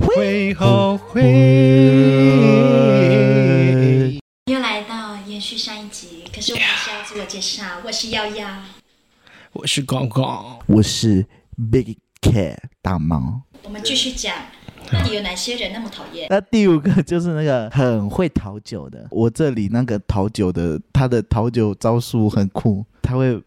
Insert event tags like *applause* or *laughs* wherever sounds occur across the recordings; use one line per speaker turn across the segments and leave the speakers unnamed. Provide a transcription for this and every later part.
会后悔。
又来到延续上一集，可是我还是要自我介绍，我是耀耀。
我是广广，
我是 Big Cat 大猫。
我们继续讲，到底有哪些人那么讨厌？
那第五个就是那个很会讨酒的，我这里那个讨酒的，他的讨酒招数很酷，他会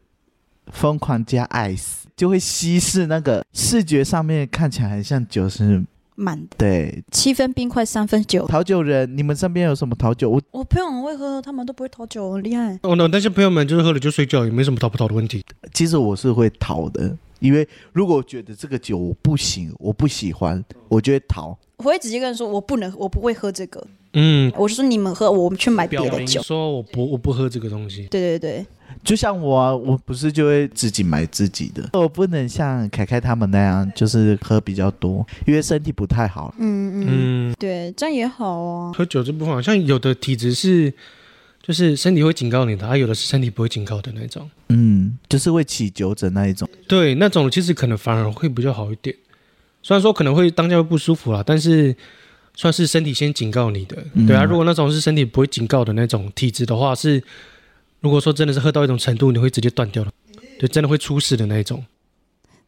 疯狂加 ice，就会稀释那个视觉上面看起来很像酒是，
满的，
对。
七分冰块三分酒。
讨酒人，你们身边有什么讨酒？我
我朋友很会喝，他们都不会讨酒，很厉害。
哦、那那些朋友们就是喝了就睡觉，也没什么讨不讨的问题。
其实我是会讨的，因为如果我觉得这个酒我不行，我不喜欢，我就会讨。
我会直接跟人说，我不能，我不会喝这个。
嗯，
我就说你们喝，我们去买别
表
的
明
酒。
说我不我不喝这个东西。
对对对，
就像我、啊，我不是就会自己买自己的，我不能像凯凯他们那样，就是喝比较多，因为身体不太好。
嗯嗯，
嗯，
对，这样也好啊。
喝酒这部分好像有的体质是，就是身体会警告你的，还、啊有的是身体不会警告的那种。
嗯，就是会起酒疹那一种。
对，那种其实可能反而会比较好一点，虽然说可能会当下会不舒服啦，但是算是身体先警告你的。
嗯
对啊，如果那种是身体不会警告的那种体质的话，是如果说真的是喝到一种程度，你会直接断掉的，对，真的会出事的那一种。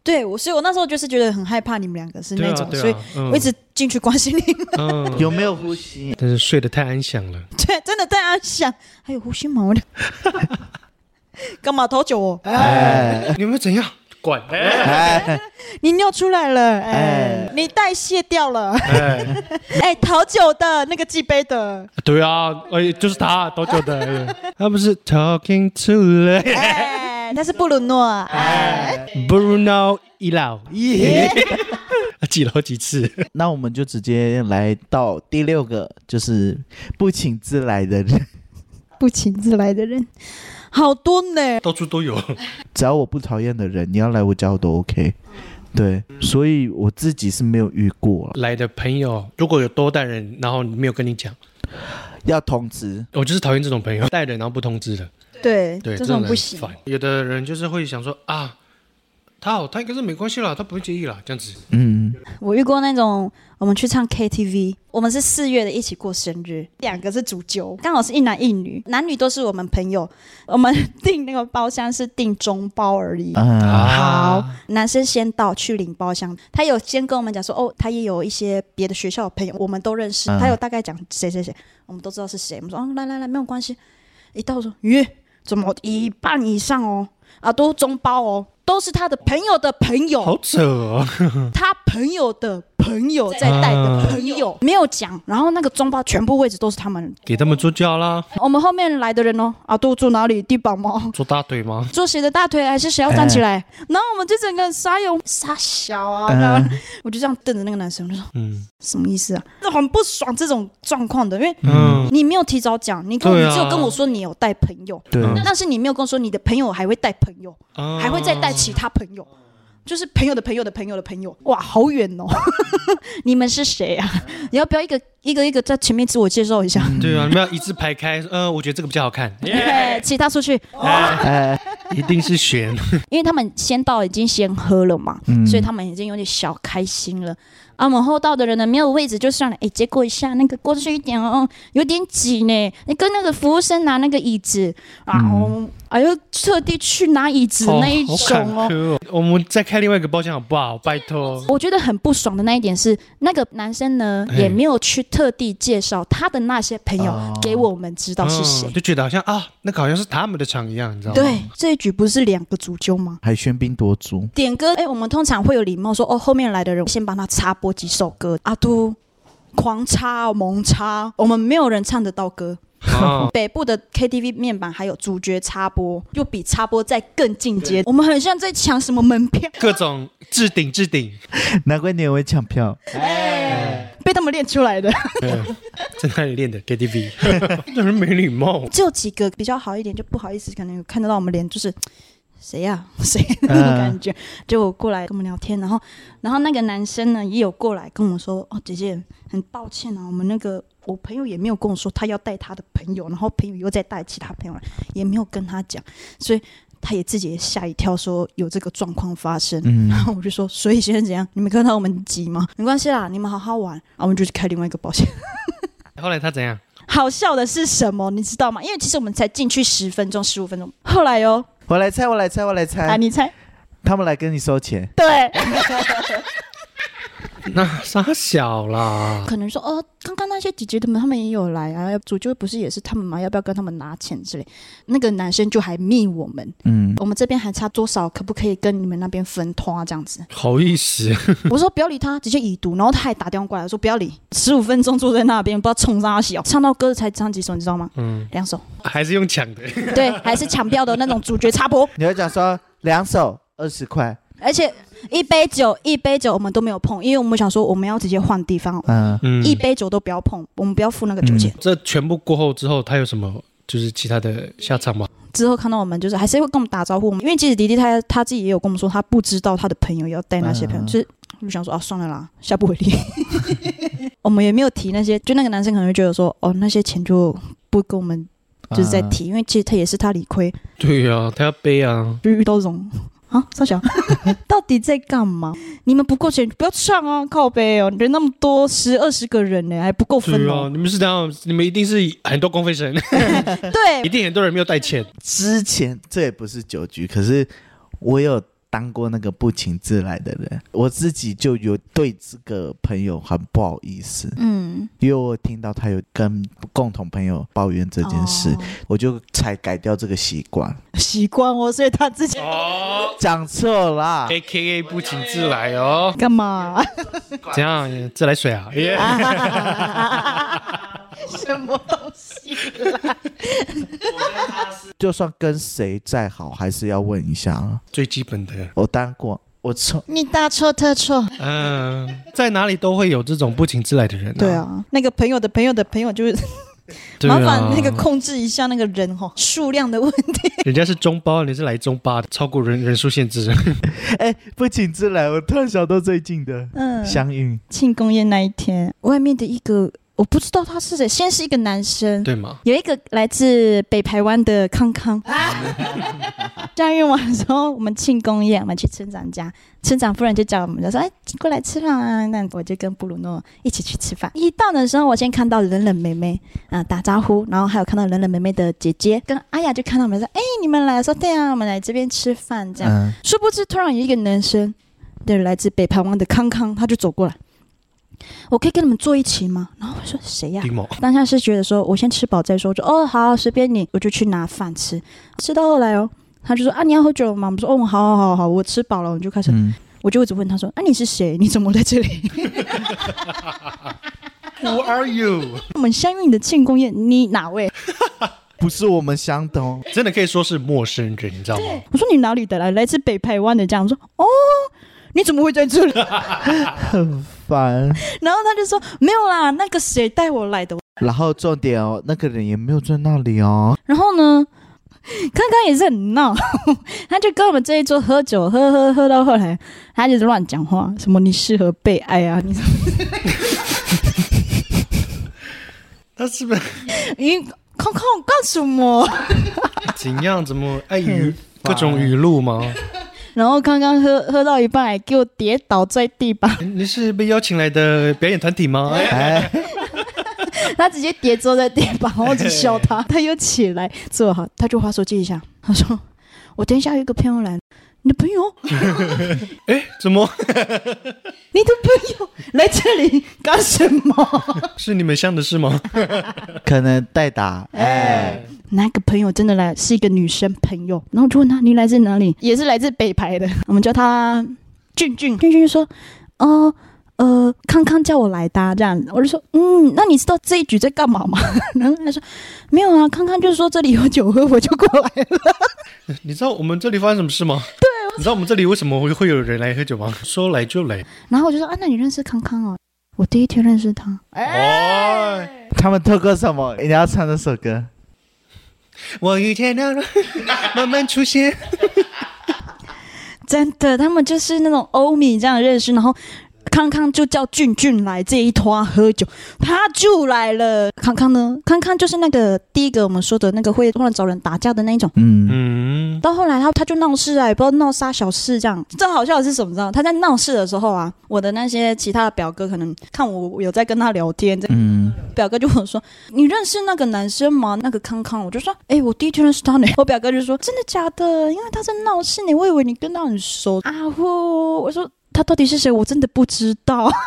对，我所以，我那时候就是觉得很害怕你们两个是
对
那
啊，
种，
对
所以
啊，嗯
我一直进去关心你 *laughs* 们。
嗯，
有没有呼吸？
但是睡得太安详了。
对，真的大家想，哎还有呼吸毛的， *laughs* 干嘛讨酒哦？
哎
呃你有没有怎样？管！哎
哎，
你尿出来了，哎
哎，
你代谢掉了，
哎，
*laughs* 哎，讨酒的那个祭杯的，
对啊，哎，就是他，多久的？哎 *laughs* 他不是 talking to 了
*laughs* 哎，他是布鲁诺，哎，
Bruno 伊老，耶，记了好几次。
那我们就直接来到第六个，就是不请自来的人。 *laughs*
不请自来的人，好多
*laughs*
呢。
到处都有。
只要我不讨厌的人，你要来我家我都 OK。对，所以我自己是没有遇过了，
来的朋友如果有多带人，然后没有跟你讲，
要通知。
我就是讨厌这种朋友带人然后不通知的，
对，
对，
这
种
种
人
不行。
烦。有的人就是会想说啊，他好，他应该是没关系啦，他不会介意啦，这样子。
嗯，
我遇过那种，我们去唱 KTV，我们是四月的一起过生日，两个是主酒，刚好是一男一女，男女都是我们朋友。我们订那个包厢是订中包而已。
啊，
好，男生先到去领包厢，他有先跟我们讲说，哦，他也有一些别的学校的朋友，我们都认识，
嗯
他有大概讲谁谁谁，我们都知道是谁。我们说，哦，来来来，没有关系。一到说，咦，怎么一半以上哦？啊，都中包哦，都是他的朋友的朋友，
好扯哦，
他朋友的朋友在带的朋友，没有讲。然后那个中包全部位置都是他们。
给他们做脚啦，
我们后面来的人哦，啊，都坐哪里？地板吗？
做大腿吗？
*laughs* 坐谁的大腿？还是谁要站起来？然后我们就整个人傻眼，傻小啊！然
哎
嗯
后我就这样瞪着那个男生，我就说
嗯
什么意思啊？这很不爽这种状况的，因为
嗯，
你没有提早讲，你跟我、
对啊
你只有跟我说你有带朋友，
对，
嗯
但是你没有跟我说你的朋友还会带朋友，
啊
嗯还会再带其他朋友，就是朋友的朋友的朋友的朋友，哇，好远哦！ *laughs* 你们是谁啊？你要不要一个一个一个在前面自我介绍一下？
对啊，你们要一字排开。呃，我觉得这个比较好看，
对， *laughs* 其他出去，
哎，
一定是
*laughs*
选。
因为他们先到已经先喝了嘛，
嗯
所以他们已经有点小开心了。啊，我们后到的人呢，没有位置就算了，哎，结果一下那个过去一点哦，有点挤呢。你跟那个服务生拿那个椅子，啊，哦，哎呦，特地去拿椅子那一
好坎
种哦
坷哦。我们再开另外一个包厢好不好？拜托。
我觉得很不爽的那一点是，那个男生呢
哎
也没有去特地介绍他的那些朋友
哦
给我们知道是谁
嗯。就觉得好像啊，那个好像是他们的场一样，你知道吗？
对，这一局不是两个主揪吗？
还喧宾夺主。
点歌，哎，我们通常会有礼貌说，哦，后面来的人先帮他插播几首歌，阿都狂插、哦、猛插，我们没有人唱得到歌。
啊，
北部的 KTV 面板还有主角插播，又比插播再更进阶，我们很像在抢什么门票，
各种置顶置顶，
难怪你也会抢票。
被他们练出来的。
*laughs* 在那里练的 *laughs* KTV，这人没礼貌。
只有几个比较好一点，就不好意思，可能有看得到我们脸，就是谁呀、 *laughs* 谁那种感觉，就过来跟我们聊天，然后，然后那个男生呢也有过来跟我说，哦，姐姐，很抱歉啊，我们那个我朋友也没有跟我说他要带他的朋友，然后朋友又在带其他朋友来，也没有跟他讲，所以。他也自己也吓一跳，说有这个状况发生。 *laughs*
嗯
然后我就说，所以现在怎样？你们看到我们急吗？没关系啦，你们好好玩。然后我们就去开另外一个保险。
后来他怎样？
好笑的是什么？你知道吗？因为其实我们才进去十分钟、十五分钟，后来哟、
我来猜，我来猜，我来
来
猜，
啊你猜，
他们来跟你收钱，
对，
那傻小啦，？
可能说哦，刚刚那些姐姐他们他们也有来啊，主就不是也是他们吗？要不要跟他们拿钱之类？那个男生就还密我们，
嗯，
我们这边还差多少，可不可以跟你们那边分拖这样子
好意思，
我说不要理他，直接已读，然后他还打电话过来我说不要理，十五分钟坐在那边不知道冲啥小，唱到歌才唱几首，你知道吗？
嗯，
两首，
还是用抢的。
对，还是抢票的那种主角插播。
你会讲说两手二十块，
而且一杯酒一杯酒我们都没有碰，因为我们想说我们要直接换地方，
嗯，
嗯
一杯酒都不要碰，我们不要付那个酒钱。
这全部过后之后，他有什么就是其他的下场吗？
之后看到我们就是还是会跟我们打招呼，因为其实迪迪他他自己也有跟我们说，他不知道他的朋友要带那些朋友，
嗯
就是我就想说啊算了啦，下不为例。 *laughs* 我们也没有提那些，就那个男生可能会觉得说哦那些钱就不跟我们就是
啊
在提，因为其实他也是他理亏，
对呀、他要背啊。
就遇到这种。啊，少小， *laughs* 到底在干嘛？你们不够钱，不要唱啊！靠背哦，人那么多，十二十个人呢，还不够分
对啊，
哦。
你们是怎样？你们一定是很多公费生， *laughs* 一
对，
定很多人没有带钱。
之前这也不是酒局，可是我有当过那个不请自来的人，我自己就有对这个朋友很不好意思，
嗯，
因为我听到他有跟共同朋友抱怨这件事，
哦
我就才改掉这个习惯。
习惯哦，所以他自己
哦
讲错啦，
，A K A 不请自来哦。
干嘛？
怎样？自来水 *laughs* 啊？耶、
*laughs* 什么东西？
就算跟谁再好，还是要问一下啊。
最基本的，
我当过，我错，
你大错特错。
嗯、在哪里都会有这种不请自来的人、啊。
对，啊，那个朋友的朋友的朋友 *laughs* 就是，
对啊
麻烦那个控制一下那个人哦，数量的问题。
*laughs* 人家是中包，你是来中巴的，超过人人数限 *laughs* 制。
*laughs* 哎，不请自来，我突然想到最近的
嗯，
相遇，
庆功宴那一天，外面的一个我不知道他是谁，先是一个男生，
对吗？
有一个来自北台湾的康康， *laughs* 假日晚的时候我们庆功宴，我们去村长家，村长夫人就叫我们就说：“哎，过来吃饭啊！”那我就跟布鲁诺一起去吃饭。一到的时候，我先看到冷冷妹妹啊、打招呼，然后还有看到冷冷妹妹的姐姐跟阿雅，就看到我们说：“哎，你们来说对啊，我们来这边吃饭这样。
嗯，
殊不知，突然有一个男生，对，来自北台湾的康康，他就走过来，我可以跟你们坐一起吗？然后我说：“谁呀、
迪某，
当下是觉得说，我先吃饱再说，我就哦好，随便你，我就去拿饭吃。吃到后来哦，他就说啊你要喝酒了吗？我们说哦好好好好，我吃饱了，我们就开始，
嗯
我就一直问他说啊你是谁？你怎么在这里？ *laughs*
Who are you？
我们相遇的庆功宴，你哪位？
不是我们相同，
真的可以说是陌生人，你知道吗？
我说你哪里的来？来自北台湾的这样。我说哦。你怎么会在这里？ *laughs*
很烦。
然后他就说没有啦，那个谁带我来的。
然后重点哦，那个人也没有在那里哦，
然后呢，康康也是很闹， *laughs* 他就跟我们这一桌喝酒，喝喝喝到后来，他就是乱讲话，什么你适合被爱啊，你
那是不 *laughs* 是
你康康我干什么？
怎样？怎么爱语各种语录吗？
*laughs* 然后康康喝喝到一半，还给我跌倒在地 *laughs* 板，
你你是被邀请来的表演团体吗？
哎，
他直接跌坐在地板，我只笑他， *laughs* 他又起来坐好，他就划手机一下，他说：“我等一下有一个朋友来，你的朋友，
哎，怎么
你的朋友来这里干什么
是你们乡的事 *laughs* 吗？
可能代打，哎，？”
那个朋友真的来是一个女生朋友，然后我就问他：“你来自哪里？”也是来自北排的， *laughs* 我们叫他俊俊，俊俊就说：“哦。”呃，康康叫我来搭这样，我就说，嗯，那你知道这一局在干嘛吗？ *laughs* 然后他说，没有啊，康康就是说这里有酒喝，我就过来了。
你知道我们这里发生什么事吗？对，你知道我们这里为什么会会有人来喝酒吗？说来就来。
然后我就说，啊，那你认识康康哦？我第一天认识他，哎
哦，
他们透过什么？你要唱那首歌，
我遇见了， *laughs* 慢慢出现。
真的，他们就是那种欧米这样认识，然后康康就叫俊俊来这一拖喝酒，他就来了。康康呢，康康就是那个第一个我们说的那个会乱找人打架的那一种。
嗯，
嗯，嗯，
到后来他他就闹事啊，也不知道闹啥小事这样。最好笑的是什么？你知道他在闹事的时候啊，我的那些其他的表哥可能看我有在跟他聊天，这
嗯，
表哥就问我说：“你认识那个男生吗？那个康康？”我就说：“哎、我第一天认识他呢。”我 *laughs* 表哥就说：“真的假的？因为他在闹事呢，我以为你跟他很熟啊。”呼，我说：“他到底是谁？我真的不知道。” *laughs*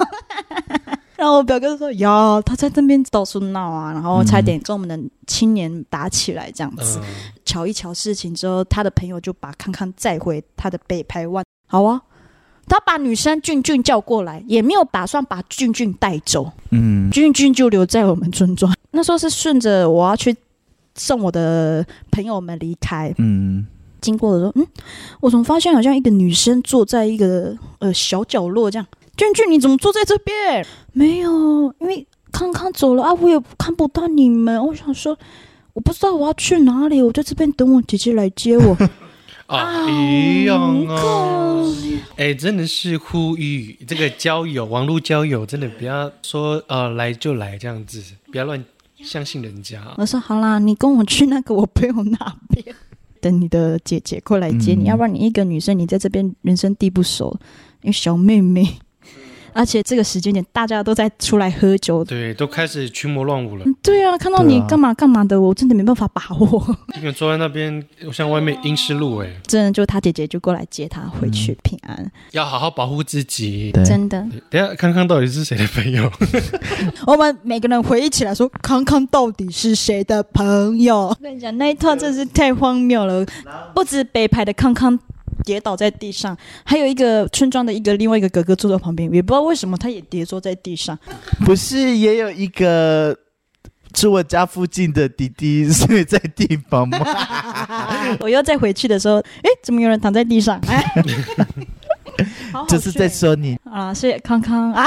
然后我表哥就说：“呀，他在那边到处闹啊，然后差点跟我们的青年打起来这样子。
嗯
瞧一瞧事情之后，他的朋友就把康康载回他的北台湾。好啊，他把女生俊俊叫过来，也没有打算把俊俊带走，
嗯，
俊俊就留在我们村庄。 *laughs* 那时候是顺着我要去送我的朋友们离开，
嗯，
经过的时候，嗯，我总发现好像一个女生坐在一个呃小角落这样。俊俊，你怎么坐在这边？没有，因为康康走了啊，我也看不到你们。我想说，我不知道我要去哪里，我在这边等我姐姐来接我。
啊，一样
好
哦。哎，真的是呼吁这个交友，网络交友真的不要说呃来就来这样子，不要乱相信人家。
我说好啦，你跟我去那个我朋友那边，等你的姐姐过来接
嗯
你，要不然你一个女生你在这边人生地不熟，因为小妹妹， *laughs* 而且这个时间点大家都在出来喝酒。
对，都开始群魔乱舞了。
嗯对啊，看到
对
你
啊
干嘛干嘛的，我真的没办法把握。 *laughs*
一个人坐在那边，像外面阴湿路哎，
真的，就他姐姐就过来接他回去平安，
要好好保护自己。
嗯对，
真的。
等一下康康到底是谁的朋
*laughs*
友？
我们每个人回忆起来说，康康到底是谁的朋友？我跟你讲，那一套真是太荒谬了，不止北排的康康。跌倒在地上，还有一个村庄的一个另外一个哥哥坐在旁边，也不知道为什么他也跌坐在地上。 *laughs*
不是也有一个住我家附近的弟弟睡在地方
*laughs*
吗？
我又再回去的时候，诶，怎么有人躺在地 *laughs* 上？哎，好好
就是在
睡
说你，
啊，是康康 *laughs* 啊，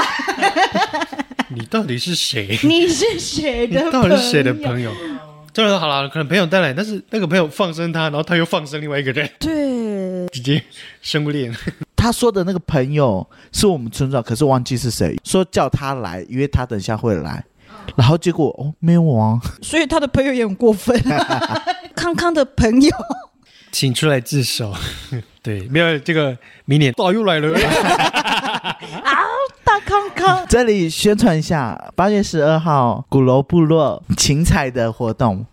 你到底是谁？
你是谁
你
的？
到底是谁的？朋友？就是好了，可能朋友带来，但是那个朋友放生他，然后他又放生另外一个人，
对，
直接生不恋。
他说的那个朋友是我们村长，可是忘记是谁，说叫他来，因为他等一下会来。然后结果哦，没有啊， *laughs*
所以他的朋友也很过分、康康的朋友，
请出来自首。 *laughs* 对，没有这个明年哇又来 *laughs* 了，
大康康，
这里宣传一下，八月十二号鼓楼部落芹菜的活动。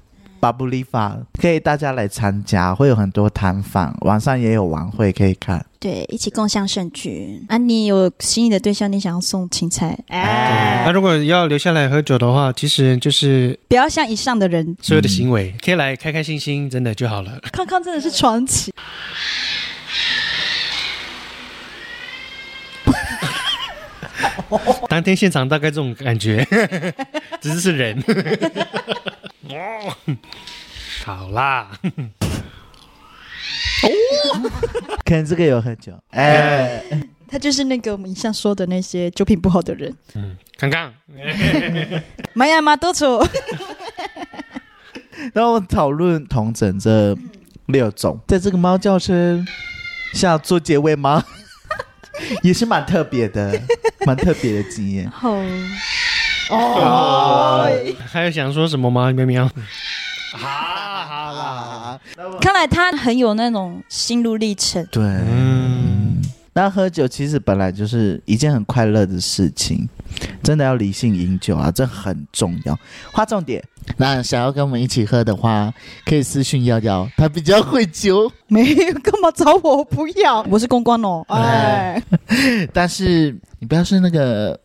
巴布利法可以大家来参加，会有很多摊贩，晚上也有晚会可以看。
对，一起共享盛举。啊，你有心仪的对象，你想要送芹菜，
那、
哎，
如果要留下来喝酒的话，其实就是
不要像以上的人。
所有的行为、可以来开开心心，真的就好了。 *laughs*
康康真的是传奇，
当天现场大概这种感觉， *laughs* 只是是人。 *laughs* 哦，好啦，
可能这个有喝酒，哎、
他就是那个我们以上说的那些酒品不好的人。
康康，
玛雅马多楚，
然后讨论同整这六种，在这个猫叫声下做结尾吗？ *laughs* 也是蛮特别的，蛮特别的经验。
好，
还有想说什么吗？喵喵。 *laughs* 好啦好啦，
啊，
看来他很有那种心路历程。
对，
嗯，
那喝酒其实本来就是一件很快乐的事情，真的要理性饮酒啊，这很重要，划重点。那想要跟我们一起喝的话，可以私讯瑶瑶，她比较会酒，
没有， *laughs* 干嘛找我？我不要，我是公关哦。哎，
但是你不要是那个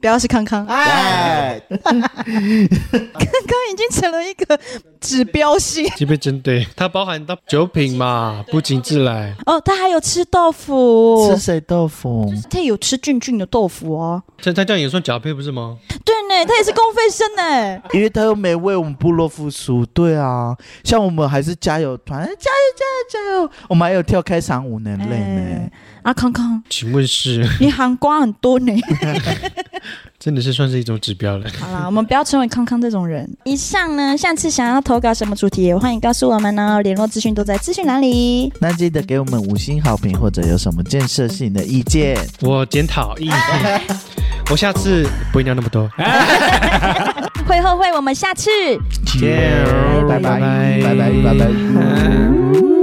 不要是康康，哎，
哎，
康康已经成了一个指标性。
这被针对，它包含到酒品 *laughs* 嘛，不请自来。
哦，他还有吃豆腐
吃，谁豆腐？
他也有吃俊俊的豆腐哦。
这它这样也算假配不是吗？
对呢，他也是公费生呢。
因为他又没为我们部落付出，对啊，像我们还是加油团，加油加油加油，我们还有跳开场舞能累呢
哎，啊，康康，
请问是
你含瓜很多呢。
真的是算是一种指标了。
*laughs* 好啦，我们不要成为康康这种人。以上呢，下次想要投稿什么主题，也欢迎告诉我们哦。联络资讯都在资讯栏里。
那记得给我们五星好评，或者有什么建设性的意见。
我检讨意见，我下次不会尿那么多。
会后会，我们下次。
拜拜拜拜拜拜拜拜。